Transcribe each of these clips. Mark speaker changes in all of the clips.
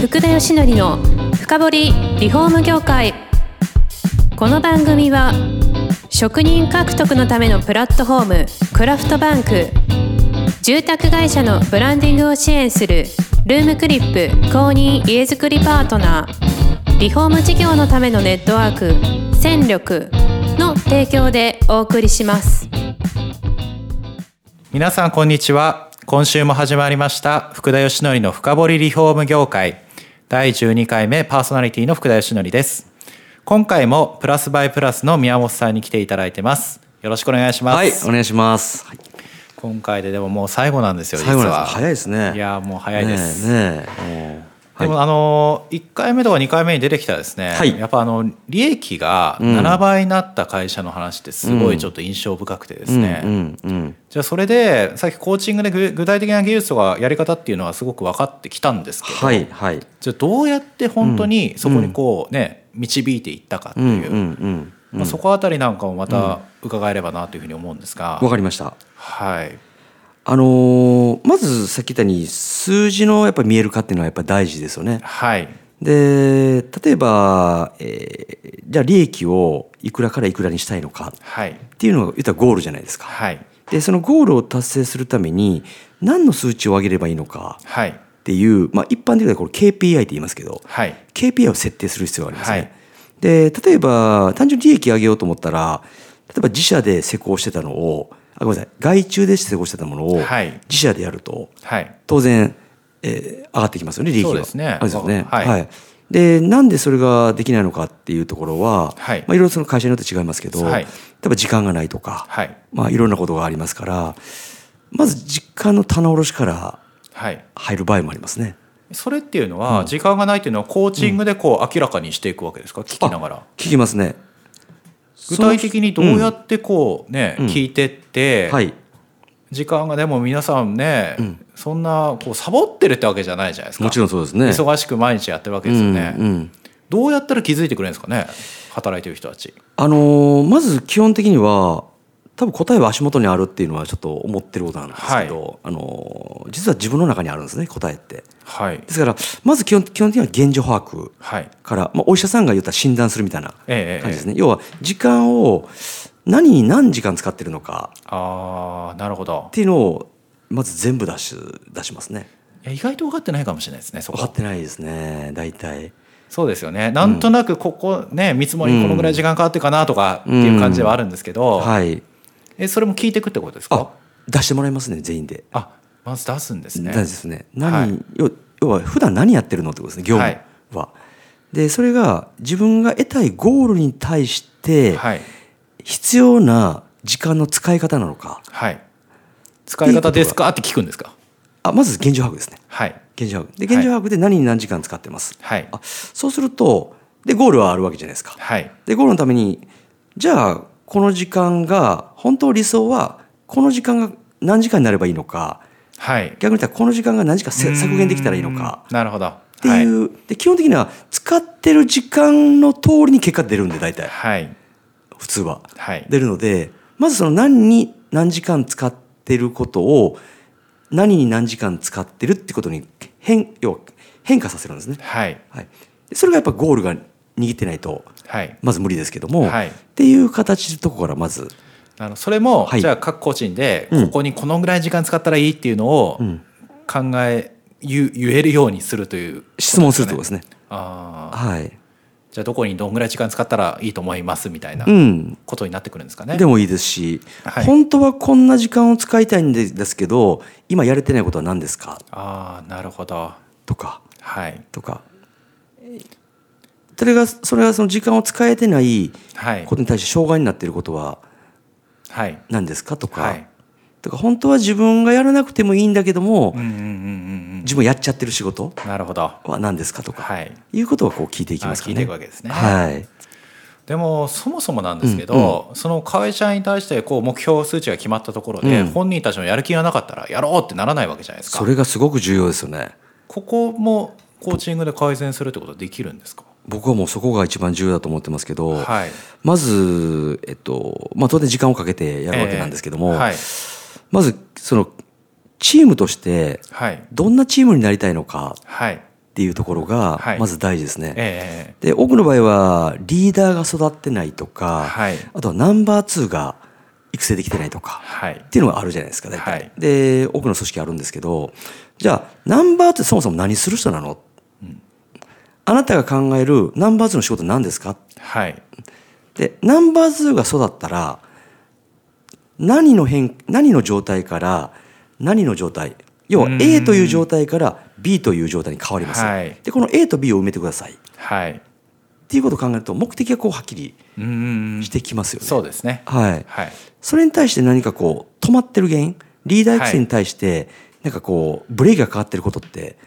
Speaker 1: 福田義則の深掘りリフォーム業界この番組は職人獲得のためのプラットフォームクラフトバンク住宅会社のブランディングを支援するルームクリップ公認家づくりパートナーリフォーム事業のためのネットワーク戦力の提供でお送りします
Speaker 2: 皆さんこんにちは今週も始まりました福田義則の深掘りリフォーム業界第12回目パーソナリティの福田義則です今回もプラスバイプラスの宮本さんに来ていただいてますよろしくお願いします、
Speaker 3: はい、お願いします。はい
Speaker 2: 今回ででももう最後なんですよ実
Speaker 3: 最後なん
Speaker 2: は
Speaker 3: です早いですね。
Speaker 2: いやもう早いです、
Speaker 3: ねえねえ
Speaker 2: で
Speaker 3: もう
Speaker 2: も
Speaker 3: はい
Speaker 2: あの1回目とか2回目に出てきたですね、
Speaker 3: はい
Speaker 2: やっぱあの利益が7倍になった会社の話ってすごいちょっと印象深くてですね、
Speaker 3: うんうん
Speaker 2: じゃあそれでさっきコーチングで具具体的な技術とかやり方っていうのはすごく分かってきたんですけど、
Speaker 3: はいはい
Speaker 2: じゃあどうやって本当にそこにこうね導いていったかって
Speaker 3: うん
Speaker 2: いう、
Speaker 3: うんうん
Speaker 2: まあ、そこあたりなんかもまた伺えればなというふうに思うんですが、
Speaker 3: わかりました。
Speaker 2: はい
Speaker 3: あのーまずさっき言ったように数字のやっぱ見える化っていうのはやっぱ大事ですよね。
Speaker 2: はい
Speaker 3: で例えば、えーじゃあ利益をいくらからいくらにしたいのか
Speaker 2: はい
Speaker 3: っていうのが言ったらゴールじゃないですか。
Speaker 2: はい
Speaker 3: でそのゴールを達成するために何の数値を上げればいいのか
Speaker 2: はい
Speaker 3: っていう、まあ、一般的にはこれ KPI って言いますけど、
Speaker 2: はい
Speaker 3: KPI を設定する必要がありますね。
Speaker 2: はい
Speaker 3: で例えば単純に利益上げようと思ったら例えば自社で施工してたのをあごめんなさい外注で施工してたものを
Speaker 2: はい
Speaker 3: 自社でやると、
Speaker 2: はい
Speaker 3: 当然、えー上がってきますよね利益が。
Speaker 2: そうですね
Speaker 3: あれですよね
Speaker 2: はい
Speaker 3: でなんでそれができないのかっていうところは、
Speaker 2: はい
Speaker 3: まあ、いろいろその会社によって違いますけど、
Speaker 2: はい
Speaker 3: 例えば時間がないとか、
Speaker 2: はい
Speaker 3: まあ、いろんなことがありますからまず実家の棚卸しから
Speaker 2: はい
Speaker 3: 入る場合もありますね。
Speaker 2: それっていうのは時間がないっていうのはコーチングでこう明らかにしていくわけですか聞きながら
Speaker 3: 聞きますね。
Speaker 2: 具体的にどうや
Speaker 3: っ
Speaker 2: ってこうね、
Speaker 3: うん
Speaker 2: 聞いてって、
Speaker 3: はい、
Speaker 2: 時間がでも皆さんね、
Speaker 3: うん
Speaker 2: そんなこうサボってるってわけじゃないじゃないですか
Speaker 3: もちろんそうですね。
Speaker 2: 忙しく毎日やってるわけですよね、
Speaker 3: うんうん
Speaker 2: どうやったら気づいてくれるんですかね働いてる人たち
Speaker 3: あのーまず基本的には多分答えは足元にあるっていうのはちょっと思ってることなんですけど、あのー実は自分の中にあるんですね答えって。
Speaker 2: はい
Speaker 3: ですからまず基本基本的には現状把握
Speaker 2: はい
Speaker 3: から、まあ、お医者さんが言ったら診断するみたいな感
Speaker 2: ええええ
Speaker 3: じですね。要は時間を何に何時間使ってるのか
Speaker 2: あーなるほど
Speaker 3: っていうのをまず全部出し出しますね。
Speaker 2: いや意外と分かってないかもしれないですねそ
Speaker 3: 分かっ
Speaker 2: こ
Speaker 3: てないですね大体。
Speaker 2: そうですよねなんとなくここね見積もりこのぐらい時間かかってるかなとかって
Speaker 3: うん
Speaker 2: いう感じではあるんですけど、
Speaker 3: はい。
Speaker 2: えそれも聞いていくってことです
Speaker 3: あ
Speaker 2: か
Speaker 3: 出してもらいますね全員で。
Speaker 2: あまず出すんですね
Speaker 3: 大事ですね。
Speaker 2: は
Speaker 3: 何、
Speaker 2: い
Speaker 3: 要要は普段何やってるのってことですね。業務は。でそれが自分が得たいゴールに対して
Speaker 2: はい
Speaker 3: 必要な時間の使い方なのか。
Speaker 2: はい使い方ですかって聞くんですか
Speaker 3: あまず現状把握ですね。
Speaker 2: はい
Speaker 3: 現状把握。で
Speaker 2: はい
Speaker 3: 現状把握で何に何時間使ってます。
Speaker 2: はい
Speaker 3: あそうするとでゴールはあるわけじゃないですか。
Speaker 2: はい
Speaker 3: でゴールのためにじゃあこの時間が本当理想はこの時間が何時間になればいいのか
Speaker 2: はい
Speaker 3: 逆に言ったらこの時間が何時間せ削減できたらいいのか。
Speaker 2: なるほどっ
Speaker 3: っていう、で基本的には使ってる時間の通りに結果出るんで大体
Speaker 2: はい
Speaker 3: 普通は
Speaker 2: はい
Speaker 3: 出るのでまずその何に何時間使ってることを何に何時間使ってるってことに変要は変化させるんですね、
Speaker 2: はい
Speaker 3: はい、でそれがやっぱゴールが握ってないと
Speaker 2: はい
Speaker 3: まず無理ですけども、
Speaker 2: はい
Speaker 3: っていう形のとこからまず
Speaker 2: あのそれも、
Speaker 3: はい
Speaker 2: じゃあ各個人で
Speaker 3: うん
Speaker 2: ここにこのぐらい時間使ったらいいっていうのを
Speaker 3: うん
Speaker 2: 考え、言う言えるようにするという
Speaker 3: 質問するってことですね。
Speaker 2: ああ
Speaker 3: はい、
Speaker 2: じゃあどこにどんぐらい時間使ったらいいと思いますみたいな
Speaker 3: うん、
Speaker 2: ことになってくるんですかね。
Speaker 3: でもいいですし、
Speaker 2: はい
Speaker 3: 本当はこんな時間を使いたいんでですけど今やれてないことは何ですか
Speaker 2: ああなるほど
Speaker 3: とか
Speaker 2: はい
Speaker 3: とかそれがそれがその時間を使えてない
Speaker 2: はい
Speaker 3: ことに対して障害になっていることは
Speaker 2: はい
Speaker 3: 何ですかとか,、
Speaker 2: はい
Speaker 3: とか本当は自分がやらなくてもいいんだけども、
Speaker 2: うんうんうんうん
Speaker 3: 自分やっちゃってる仕事
Speaker 2: うんなるほど
Speaker 3: は何ですかとか、
Speaker 2: はい
Speaker 3: い、うことはこう聞いていきますか
Speaker 2: 聞
Speaker 3: ね。
Speaker 2: いていくわけですね。
Speaker 3: はい
Speaker 2: でもそもそもなんですけど、その会社に対してこう目標数値が決まったところで、
Speaker 3: うん
Speaker 2: 本人たちのやる気がなかったらやろうってならないわけじゃないですか
Speaker 3: それがすごく重要ですよね。
Speaker 2: ここもコーチングで改善するってことはできるんですか
Speaker 3: 僕はもうそこが一番重要だと思ってますけど、
Speaker 2: はい
Speaker 3: まず、えっとまあ、当然時間をかけてやるわけなんですけども、
Speaker 2: えーはい
Speaker 3: まずそのチームとして
Speaker 2: はい
Speaker 3: どんなチームになりたいのか
Speaker 2: はい
Speaker 3: っていうところが
Speaker 2: はい
Speaker 3: まず大事ですね。
Speaker 2: え
Speaker 3: で多くの場合はリーダーが育ってないとか、
Speaker 2: はい
Speaker 3: あとはナンバー2が育成できてないとか、
Speaker 2: はい
Speaker 3: っていうのがあるじゃないですか大体、
Speaker 2: はい
Speaker 3: で多くの組織あるんですけどじゃあナンバー2ってそもそも何する人なの、あなたが考えるナンバー2の仕事何ですか
Speaker 2: えはい
Speaker 3: でナンバー2が育ったら何の変何の状態から何の状態要は
Speaker 2: うん
Speaker 3: A という状態から B という状態に変わります、
Speaker 2: はい
Speaker 3: でこの A と B を埋めてください
Speaker 2: はい
Speaker 3: っていうことを考えると目的がこうはっきり
Speaker 2: うーん
Speaker 3: してきますよね。
Speaker 2: そうですね
Speaker 3: はい、
Speaker 2: はい
Speaker 3: それに対して何かこう止まってる原因リーダー育成に対してなんかこうブレーキがかかってることって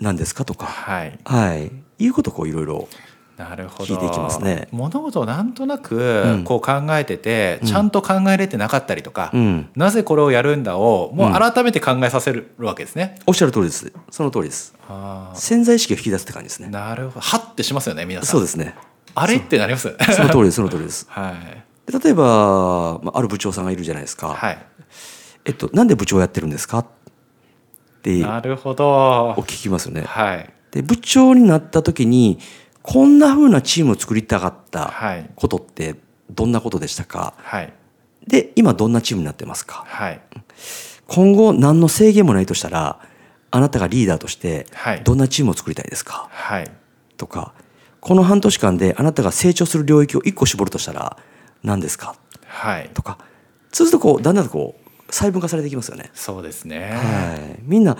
Speaker 3: 何ですかとか、
Speaker 2: はい
Speaker 3: はい、いうことをこういろいろ
Speaker 2: なるほど
Speaker 3: 聞いていきますね
Speaker 2: 物事をなんとな
Speaker 3: う
Speaker 2: く
Speaker 3: ん
Speaker 2: こう考えてて、ちゃんと考えれてなかったりとか、
Speaker 3: うん
Speaker 2: なぜこれをやるんだをもううん改めて考えさせるわけですね。
Speaker 3: おっしゃる通りですその通りです
Speaker 2: あ
Speaker 3: 潜在意識を引き出すって感じです
Speaker 2: ー
Speaker 3: ね
Speaker 2: なるほどはってしますよね皆さん
Speaker 3: そうですね
Speaker 2: あれってなります
Speaker 3: その通りですその通り です
Speaker 2: はい
Speaker 3: で例えば、まあ、ある部長さんがいるじゃないですか、
Speaker 2: はい
Speaker 3: えっと、なんで部長やってるんですかって
Speaker 2: なるほど
Speaker 3: お聞きますよね
Speaker 2: はい
Speaker 3: で部長になった時にこんな風なチームを作りたかった
Speaker 2: はい
Speaker 3: ことってどんなことでしたか
Speaker 2: はい
Speaker 3: で今どんなチームになってますか
Speaker 2: はい
Speaker 3: 今後何の制限もないとしたらあなたがリーダーとして
Speaker 2: はい
Speaker 3: どんなチームを作りたいですか
Speaker 2: はい
Speaker 3: とかこの半年間であなたが成長する領域を1個絞るとしたら何ですか
Speaker 2: はい
Speaker 3: とかそうするとこうだんだんとこう細分化されていきますよね。
Speaker 2: そうですね
Speaker 3: はい、みんな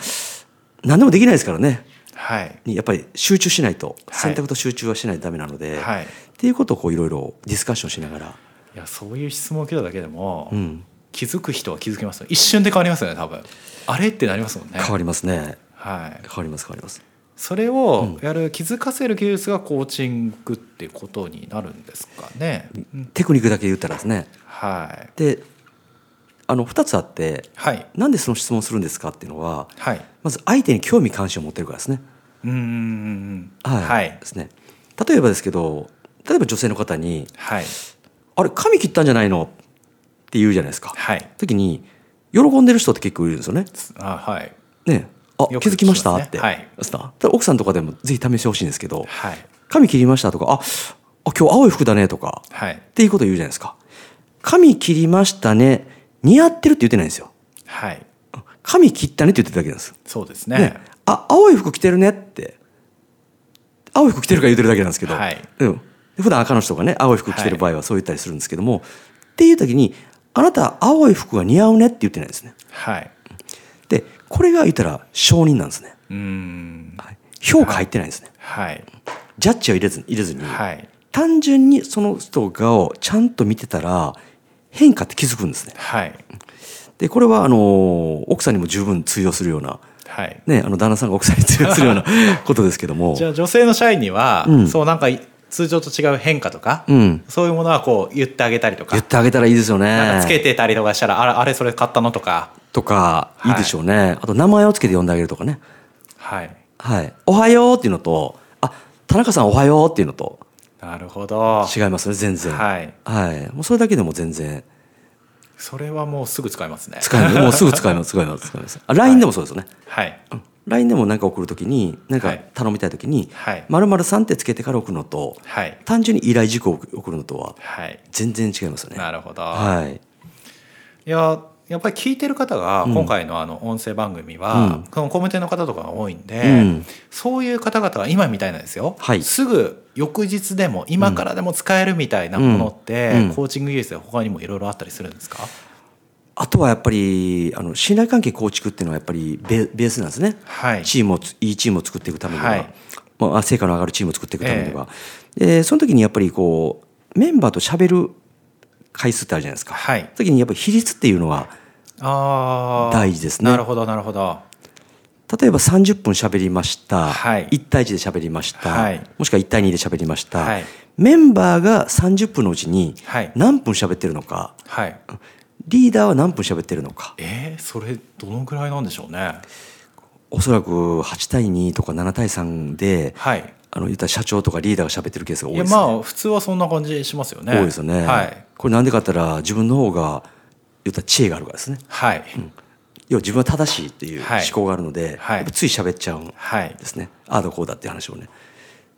Speaker 3: 何でもできないですからね
Speaker 2: はい
Speaker 3: にやっぱり集中しないと
Speaker 2: はい
Speaker 3: 選択と集中はしないとダメなので、
Speaker 2: はい
Speaker 3: っていうことをこういろいろディスカッションしながら、
Speaker 2: いやそういう質問を受けただけでも、
Speaker 3: うん、
Speaker 2: 気づく人は気づきますよ一瞬で変わりますよね多分あれってなりますもんね
Speaker 3: 変わりますね
Speaker 2: はい
Speaker 3: 変わります変わります
Speaker 2: それをやる気づかせる技術がコーチングってことになるんですかね。うん
Speaker 3: テクニックだけ言ったらですね
Speaker 2: はい
Speaker 3: であの2つあって
Speaker 2: はい
Speaker 3: なんでその質問するんですかっていうのは
Speaker 2: はい。
Speaker 3: まず相手に興味関心を持ってるからですね
Speaker 2: うーん
Speaker 3: はい、
Speaker 2: はい
Speaker 3: ですね例えばですけど例えば女性の方に
Speaker 2: はい
Speaker 3: 「あれ髪切ったんじゃないの?」って言うじゃないですか
Speaker 2: はい
Speaker 3: 時に喜んでる人って結構いるんですよね
Speaker 2: あはい
Speaker 3: ねあ
Speaker 2: よく
Speaker 3: 気づきました
Speaker 2: 聞きますね
Speaker 3: って、
Speaker 2: はい
Speaker 3: そうだただ奥さんとかでもぜひ試してほしいんですけど
Speaker 2: はい
Speaker 3: 髪切りましたとかああ今日青い服だねとか
Speaker 2: はい
Speaker 3: っていうこと言うじゃないですか髪切りましたね似合ってるって言ってないんですよ
Speaker 2: はい
Speaker 3: 髪切ったねって言ってるだけなんです
Speaker 2: そうです
Speaker 3: ね
Speaker 2: ね。
Speaker 3: あ青い服着てるねって青い服着てるから言ってるだけなんですけど、
Speaker 2: はい
Speaker 3: うん、で普段赤の人がね青い服着てる場合はそう言ったりするんですけども、っていう時にあなた青い服が似合うねって言ってないんですね
Speaker 2: はい。
Speaker 3: でこれが言ったら承認なんですね、
Speaker 2: うーん
Speaker 3: はい、評価入ってないんですね、
Speaker 2: はい
Speaker 3: ジャッジを入れずに入れずに、
Speaker 2: はい
Speaker 3: 単純にその人がをちゃんと見てたら変化って気づくんですね
Speaker 2: はい
Speaker 3: でこれはあの奥さんにも十分通用するような、
Speaker 2: はい。
Speaker 3: ね、あの旦那さんが奥さんに通用するようなことですけども
Speaker 2: じゃあ女性の社員には、
Speaker 3: うん
Speaker 2: そうなんかい通常と違う変化とか、
Speaker 3: うん、
Speaker 2: そういうものはこう言ってあげたりとか
Speaker 3: 言っ。てあげたらいいですよ
Speaker 2: なん
Speaker 3: ね
Speaker 2: かつけてたりとかしたら、あれ、あれそれ買ったのとか。
Speaker 3: とか
Speaker 2: はい
Speaker 3: いいでしょうね、あと名前をつけて呼んであげるとかね
Speaker 2: はい。
Speaker 3: はい「おはよう」っていうのと「あ田中さんおはよう」っていうのと
Speaker 2: なるほど。
Speaker 3: 違いますね全然い、
Speaker 2: はい。
Speaker 3: はい、もうそれだけでも全然
Speaker 2: それはもうすぐ使えますね。
Speaker 3: 使え ますもうすぐ使えます使えます使えますあ LINE でもそうですよね、
Speaker 2: はい。
Speaker 3: うん LINE でも何か送るときに何
Speaker 2: は
Speaker 3: か
Speaker 2: い
Speaker 3: 頼みたいときに
Speaker 2: はい
Speaker 3: 「まるさん」ってつけてから送るのと
Speaker 2: はい。
Speaker 3: 単純に依頼事項を送るのとは
Speaker 2: はい。
Speaker 3: 全然違いますよね
Speaker 2: なるほど。
Speaker 3: はい
Speaker 2: い、や、やっぱり聞いてる方が、
Speaker 3: うん
Speaker 2: 今回のあの音声番組は、
Speaker 3: うん
Speaker 2: このコメンテの方とかが多いんで、
Speaker 3: うん
Speaker 2: そういう方々は今みたいなんですよ。
Speaker 3: はい
Speaker 2: すぐ翌日でも、今からでも使えるみたいなものって、
Speaker 3: うんうん
Speaker 2: コーチング技術で他にもいろいろあったりするんですか
Speaker 3: あとはやっぱりあの信頼関係構築っていうのはやっぱりベベースなんですね
Speaker 2: はい。
Speaker 3: チームをついいチームを作っていくためには、
Speaker 2: はい
Speaker 3: まあ、成果の上がるチームを作っていくためには、でその時にやっぱりこうメンバーと喋る回数ってあるじゃないですか、
Speaker 2: はい。
Speaker 3: 時にやっぱり比率っていうのは
Speaker 2: ああ。
Speaker 3: 大事ですね
Speaker 2: なるほど、なるほど。
Speaker 3: 例えば30分喋りました、
Speaker 2: はい
Speaker 3: 1対1で喋りました、
Speaker 2: はい
Speaker 3: もしくは1対2で喋りました、
Speaker 2: はい
Speaker 3: メンバーが30分のうちに
Speaker 2: はい
Speaker 3: 何分喋ってるのか
Speaker 2: はい。
Speaker 3: リーダーは何分喋ってるのか
Speaker 2: えー、それどのぐらいなんでしょうね。
Speaker 3: おそらく8対2とか7対3で
Speaker 2: はい。
Speaker 3: あの言ったら社長とかリーダーが喋ってるケースが多
Speaker 2: い
Speaker 3: いで
Speaker 2: や
Speaker 3: すね。
Speaker 2: まあ普通はそんな感じしますよね。
Speaker 3: 多いですよね、
Speaker 2: はい
Speaker 3: これなんでかって言ったら自分の方が言ったら知恵があるからですね
Speaker 2: はい、
Speaker 3: 要は自分は正しいっていう
Speaker 2: はい
Speaker 3: 思考があるので、
Speaker 2: はい
Speaker 3: やっぱつい喋っちゃうん
Speaker 2: はい
Speaker 3: ですね、ああだこうだっていう話をね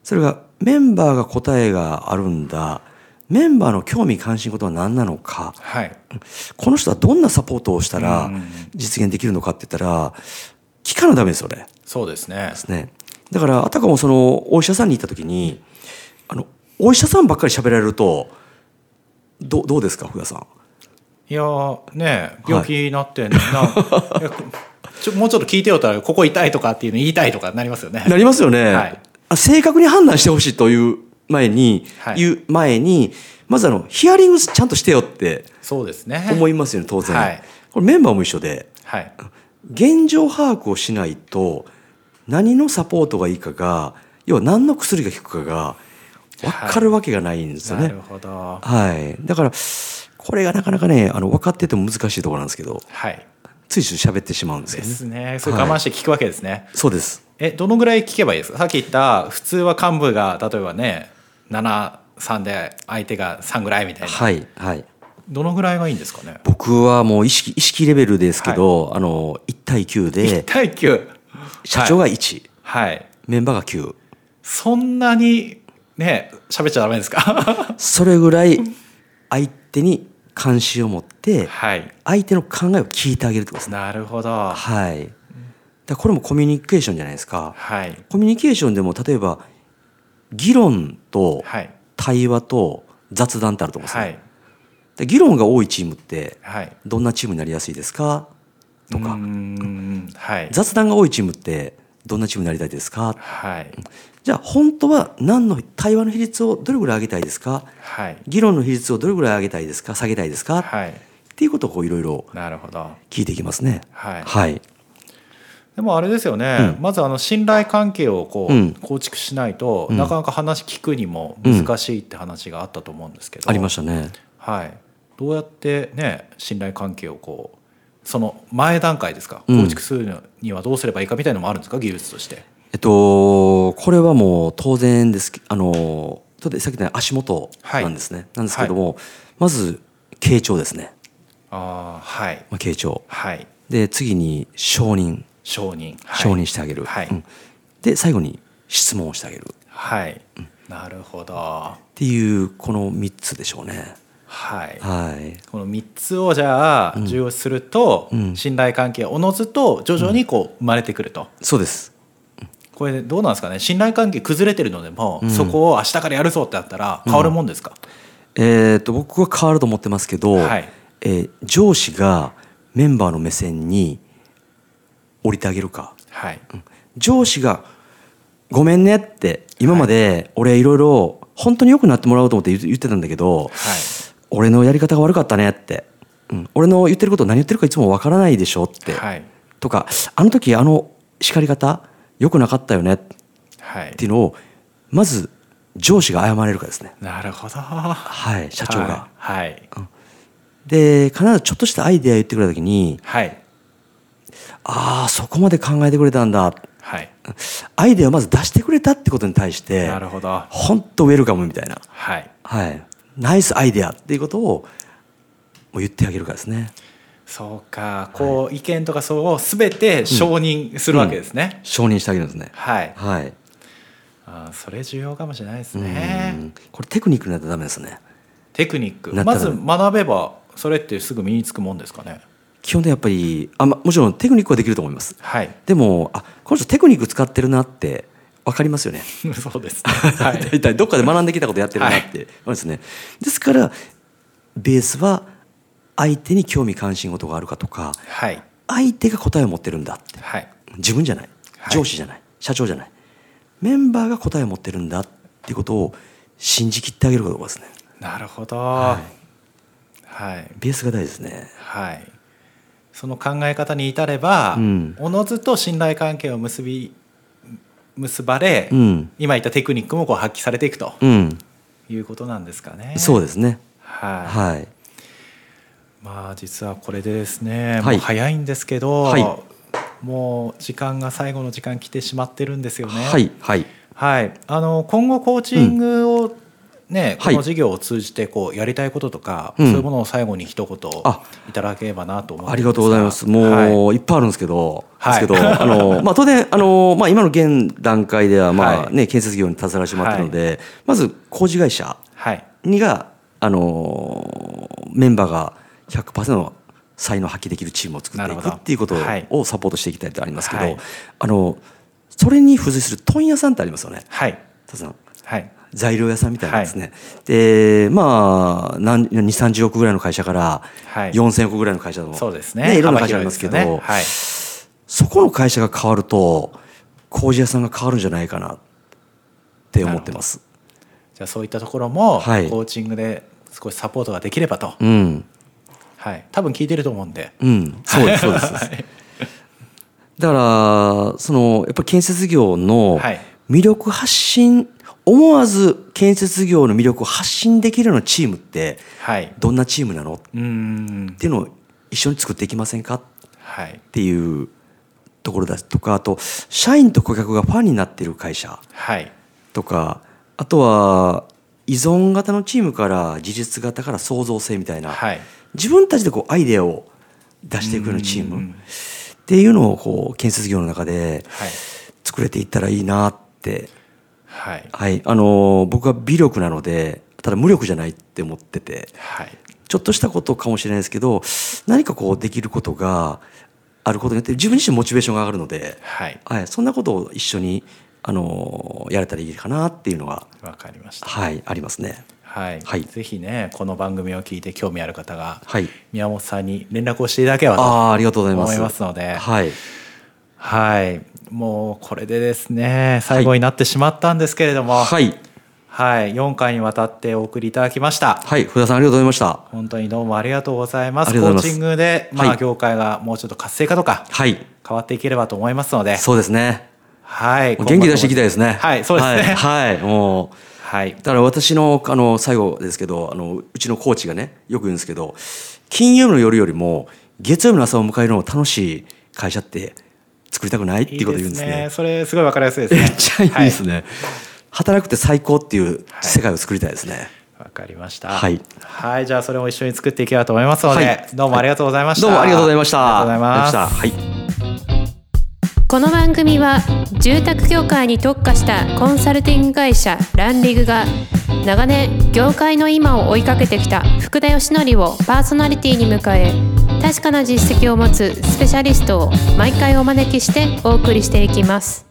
Speaker 3: それがメンバーが答えがあるんだメンバーの興味関心事は何なのか
Speaker 2: はい
Speaker 3: この人はどんなサポートをしたら実現できるのかって言ったら聞かなダメですよね。
Speaker 2: そうですね
Speaker 3: ですね。だからあたかもそのお医者さんに行った時にあのお医者さんばっかり喋られるとどうどうですか福田さん。
Speaker 2: いやーねえ病気になってんのにな いやちょもうちょっと聞いてよったらここ痛いとかっていうの言いたいとかなりますよね
Speaker 3: なりますよね。
Speaker 2: はい
Speaker 3: あ正確に判断してほしいという前に、
Speaker 2: はい
Speaker 3: 言う前にまずあのヒアリングちゃんとしてよって
Speaker 2: そうですね
Speaker 3: 思いますよね当然、
Speaker 2: はい
Speaker 3: これメンバーも一緒で
Speaker 2: はい
Speaker 3: 現状把握をしないと何のサポートがいいかが要は何の薬が効くかが分かるわけがないんですよ
Speaker 2: な
Speaker 3: ね。
Speaker 2: るほど
Speaker 3: はい、だからこれがなかなかねあの分かってても難しいところなんですけど
Speaker 2: はい
Speaker 3: ついつい喋ってしまうんです
Speaker 2: で
Speaker 3: よね。
Speaker 2: すねそれ我慢して聞くわけですね、
Speaker 3: そうです
Speaker 2: えどのぐらい聞けばいいですかさっき言った普通は幹部が例えばね73で相手が3ぐらいみたいな、
Speaker 3: はいはい
Speaker 2: どのぐらいがいいんですかね
Speaker 3: 僕はもう意識意識レベルですけど、あの1対9
Speaker 2: 1
Speaker 3: で
Speaker 2: 対9
Speaker 3: 社長
Speaker 2: はい、
Speaker 3: が1、
Speaker 2: はい、
Speaker 3: メンバーが9
Speaker 2: そんなにね喋っちゃダメですか
Speaker 3: それぐらい相手に関心を持って
Speaker 2: はい
Speaker 3: 相手の考えを聞いてあげるってことですね。
Speaker 2: なるほど
Speaker 3: はい、だからこれもコミュニケーションじゃないですか。
Speaker 2: はい
Speaker 3: コミュニケーションでも例えば議論と
Speaker 2: はい
Speaker 3: 対話と雑談ってあると思うんですよ、
Speaker 2: はい
Speaker 3: で議論が多いチームって
Speaker 2: はい
Speaker 3: どんなチームになりやすいですかと
Speaker 2: うー
Speaker 3: か
Speaker 2: んはい
Speaker 3: 雑談が多いチームってどんなチームになりたいですか
Speaker 2: はい
Speaker 3: じゃあ本当は何の対話の比率をどれぐらい上げたいですか
Speaker 2: はい
Speaker 3: 議論の比率をどれぐらい上げたいですか下げたいですか、っ
Speaker 2: はい
Speaker 3: ていうことをこういろいろ
Speaker 2: なるほど
Speaker 3: 聞いていきますね。
Speaker 2: はい
Speaker 3: はい、
Speaker 2: でもあれですよね、まずあの信頼関係をこう、
Speaker 3: うん
Speaker 2: 構築しないと、なかなか話聞くにも難しいって話があったと思うんですけど、
Speaker 3: ありましたね。
Speaker 2: はい、どうやって、ね、信頼関係をこうその前段階ですか
Speaker 3: うん
Speaker 2: 構築するにはどうすればいいかみたいのもあるんですか技術として。
Speaker 3: えっと、これはもう当然ですけあのちょっとさっきの足元なんですね、なんですけども、まず傾聴ですね、
Speaker 2: あーはい
Speaker 3: まあ、傾聴
Speaker 2: はい
Speaker 3: で次に承認
Speaker 2: 承認、はい、
Speaker 3: 承認してあげる、
Speaker 2: はい
Speaker 3: うんで最後に質問をしてあげるっ
Speaker 2: はい、なるほどは
Speaker 3: ていうこの3つでしょうね
Speaker 2: い
Speaker 3: はい
Speaker 2: この3つをじゃあ重要視すると、
Speaker 3: うん
Speaker 2: 信頼関係おのずと徐々にこう生まれてくると、
Speaker 3: そうです
Speaker 2: これどうなんですかね信頼関係崩れてるのでも、そこを明日からやるぞってなったら変わるもんですか、
Speaker 3: えーっと僕は変わると思ってますけど、
Speaker 2: はい
Speaker 3: えー上司がメンバーの目線に降りてあげるか
Speaker 2: はい
Speaker 3: 上司が「ごめんね」って今まで俺いろいろ本当に良くなってもらおうと思って言言ってたんだけど、
Speaker 2: はい
Speaker 3: 俺のやり方が悪かったねって、うん、俺の言ってること何言ってるかいつもわからないでしょって、
Speaker 2: はい
Speaker 3: とかあの時あの叱り方良くなかったよねっ
Speaker 2: はい
Speaker 3: ていうのをまず上司が謝れるかですね
Speaker 2: なるほど社
Speaker 3: はい社長が、
Speaker 2: はい
Speaker 3: で必ずちょっとしたアイデア言ってくれた時に
Speaker 2: はい
Speaker 3: ああそこまで考えてくれたんだ
Speaker 2: はい、
Speaker 3: アイデアをまず出してくれたってことに対して
Speaker 2: なるほど
Speaker 3: 本当ウェルカムみたいな
Speaker 2: はい
Speaker 3: はい、ナイスアイデアっていうことをもう言ってあげるからですね
Speaker 2: そうかこう意見とかそうを全て承認するわけですね、
Speaker 3: 承認してあげるんですね
Speaker 2: はい
Speaker 3: はい、
Speaker 2: あーそれ重要かもしれないです
Speaker 3: う
Speaker 2: ね、
Speaker 3: んこれテクニックになったらダメですね
Speaker 2: テクニック
Speaker 3: なった
Speaker 2: ま
Speaker 3: ら
Speaker 2: ず学べばそれってすぐ身につくもんですかね
Speaker 3: 基本でやっぱりあ、ま、もちろんテクニックはできると思います
Speaker 2: はい
Speaker 3: でもあこの人テクニック使ってるなって分かりますよね
Speaker 2: そうですね、はい、
Speaker 3: 大体どっかで学んできたことやってるなって、そうですねですからベースは相手に興味関心事があるかとか
Speaker 2: はい
Speaker 3: 相手が答えを持ってるんだって
Speaker 2: はい
Speaker 3: 自分じゃない
Speaker 2: はい
Speaker 3: 上司じゃない、社長じゃないメンバーが答えを持ってるんだっていうことを信じきってあげることですね
Speaker 2: なるほど
Speaker 3: は
Speaker 2: はい
Speaker 3: ベースが大事ですね
Speaker 2: はい、その考え方に至れば、
Speaker 3: うん
Speaker 2: おのずと信頼関係を結び結ばれ、
Speaker 3: うん
Speaker 2: 今言ったテクニックもこう発揮されていくと
Speaker 3: うん
Speaker 2: いうことなんですかね。
Speaker 3: そう
Speaker 2: で
Speaker 3: ですね
Speaker 2: はい、
Speaker 3: はい
Speaker 2: まあ実はこれでですね、
Speaker 3: はい
Speaker 2: もう早いんですけど、
Speaker 3: はい
Speaker 2: もう時間が最後の時間来てしまってるんですよね。
Speaker 3: はいはい
Speaker 2: はい、あの今後コーチングをね、
Speaker 3: はい
Speaker 2: この事業を通じてこうやりたいこととか、
Speaker 3: うん
Speaker 2: そういうものを最後に一言
Speaker 3: あ
Speaker 2: いただければなと思
Speaker 3: ありがとうございます。もう、
Speaker 2: はい
Speaker 3: い、っぱいあるんですけど、
Speaker 2: はい
Speaker 3: です けど、あの、まあ、当然、あの、まあ、今の現段階では、ま
Speaker 2: は
Speaker 3: あ、
Speaker 2: い
Speaker 3: ね、建設業に携わらせてもらってるので、まず工事会社
Speaker 2: はい
Speaker 3: にが、あの、メンバーが100%の才能を発揮できるチームを作ってい
Speaker 2: なる
Speaker 3: く
Speaker 2: ほど
Speaker 3: っていうこと
Speaker 2: はい
Speaker 3: をサポートしていきたいとありますけど、
Speaker 2: はい
Speaker 3: あの、それに付随する問屋さんってありますよね、
Speaker 2: はい
Speaker 3: 田さん。
Speaker 2: はい
Speaker 3: 材料屋さんみたいなんですね、でまあ何2 3 0億ぐらいの会社から
Speaker 2: はい
Speaker 3: 4000億ぐらいの会社の、
Speaker 2: そうですね
Speaker 3: いろん
Speaker 2: 幅
Speaker 3: な会社
Speaker 2: 広
Speaker 3: あり
Speaker 2: い
Speaker 3: ま
Speaker 2: ですす
Speaker 3: け
Speaker 2: よ
Speaker 3: ど
Speaker 2: ねはい
Speaker 3: そこの会社が変わると工事屋さんが変わるんじゃないかなって思ってます。
Speaker 2: じゃあそういったところも、
Speaker 3: はい
Speaker 2: コーチングで少しサポートができればと、
Speaker 3: うん、
Speaker 2: はい、多分聞いてると思うんで、
Speaker 3: うん、そうですそうですそう ですだからそのやっぱり建設業の
Speaker 2: はい
Speaker 3: 魅力発信思わず建設業の魅力を発信できるようなチームって
Speaker 2: はい、
Speaker 3: どんなチームなのっ
Speaker 2: うーん
Speaker 3: ていうのを一緒に作っていきませんか
Speaker 2: はい
Speaker 3: っていうところだとかあと社員と顧客がファンになっている会社
Speaker 2: はい
Speaker 3: とかあとは依存型のチームから自立型から創造性みたいな、
Speaker 2: はい
Speaker 3: 自分たちでこうアイデアを出していくようなチー
Speaker 2: う
Speaker 3: ム
Speaker 2: ん
Speaker 3: っていうのをこう建設業の中で
Speaker 2: はい
Speaker 3: 作れていったらいいなって、
Speaker 2: はい
Speaker 3: はい、あの僕は微力なのでただ無力じゃないって思ってて
Speaker 2: はい
Speaker 3: ちょっとしたことかもしれないですけど何かこうできることがあることによって自分自身モチベーションが上がるので。
Speaker 2: はい
Speaker 3: はい、そんなことを一緒に、あのやれたらいいかなっていうのが、
Speaker 2: わかりました
Speaker 3: はい、ありますね。
Speaker 2: はい、
Speaker 3: はい
Speaker 2: ぜひねこの番組を聞いて興味ある方が、
Speaker 3: はい。
Speaker 2: 宮本さんに連絡をしていただければと
Speaker 3: ああー、ありがとうございます。
Speaker 2: 思いますので
Speaker 3: はい。
Speaker 2: はいもうこれでですね最後になってしまったんですけれどもはい、
Speaker 3: はい。
Speaker 2: 4回にわたってお送りいただきました
Speaker 3: はい。福田さん、ありがとうございました。
Speaker 2: 本当にどうもありがとうございま
Speaker 3: あ
Speaker 2: す
Speaker 3: り
Speaker 2: コ
Speaker 3: がとうご
Speaker 2: ー
Speaker 3: ざいます
Speaker 2: チングで、まあ
Speaker 3: はい
Speaker 2: 業界がもうちょっと活性化とか
Speaker 3: はい。
Speaker 2: 変わっていければと思いますので
Speaker 3: そうですね。
Speaker 2: はい
Speaker 3: もう元気出していきたいですね。
Speaker 2: はいそうですね
Speaker 3: はい。はいもう。
Speaker 2: はい
Speaker 3: だから私のあの最後ですけどあのうちのコーチがねよく言うんですけど金曜日の夜よりも月曜日の朝を迎えるのが楽しい会社って作りたくないっていうことを言うんですね。
Speaker 2: いいそれすごいわかりやすいですね
Speaker 3: めっちゃいいです
Speaker 2: は
Speaker 3: ね、働くって最高っていう
Speaker 2: はい
Speaker 3: 世界を作りたいですね、
Speaker 2: いわ、かりました
Speaker 3: はい
Speaker 2: はいじゃあそれを一緒に作っていければと思いますので、
Speaker 3: はい
Speaker 2: どうもありがとうございました、
Speaker 3: どうもありがとうございました
Speaker 2: ありがとうございます
Speaker 3: ありがとうございましたはい
Speaker 1: この番組は住宅業界に特化したコンサルティング会社ランリグが長年業界の今を追いかけてきた福田義則をパーソナリティに迎え確かな実績を持つスペシャリストを毎回お招きしてお送りしていきます。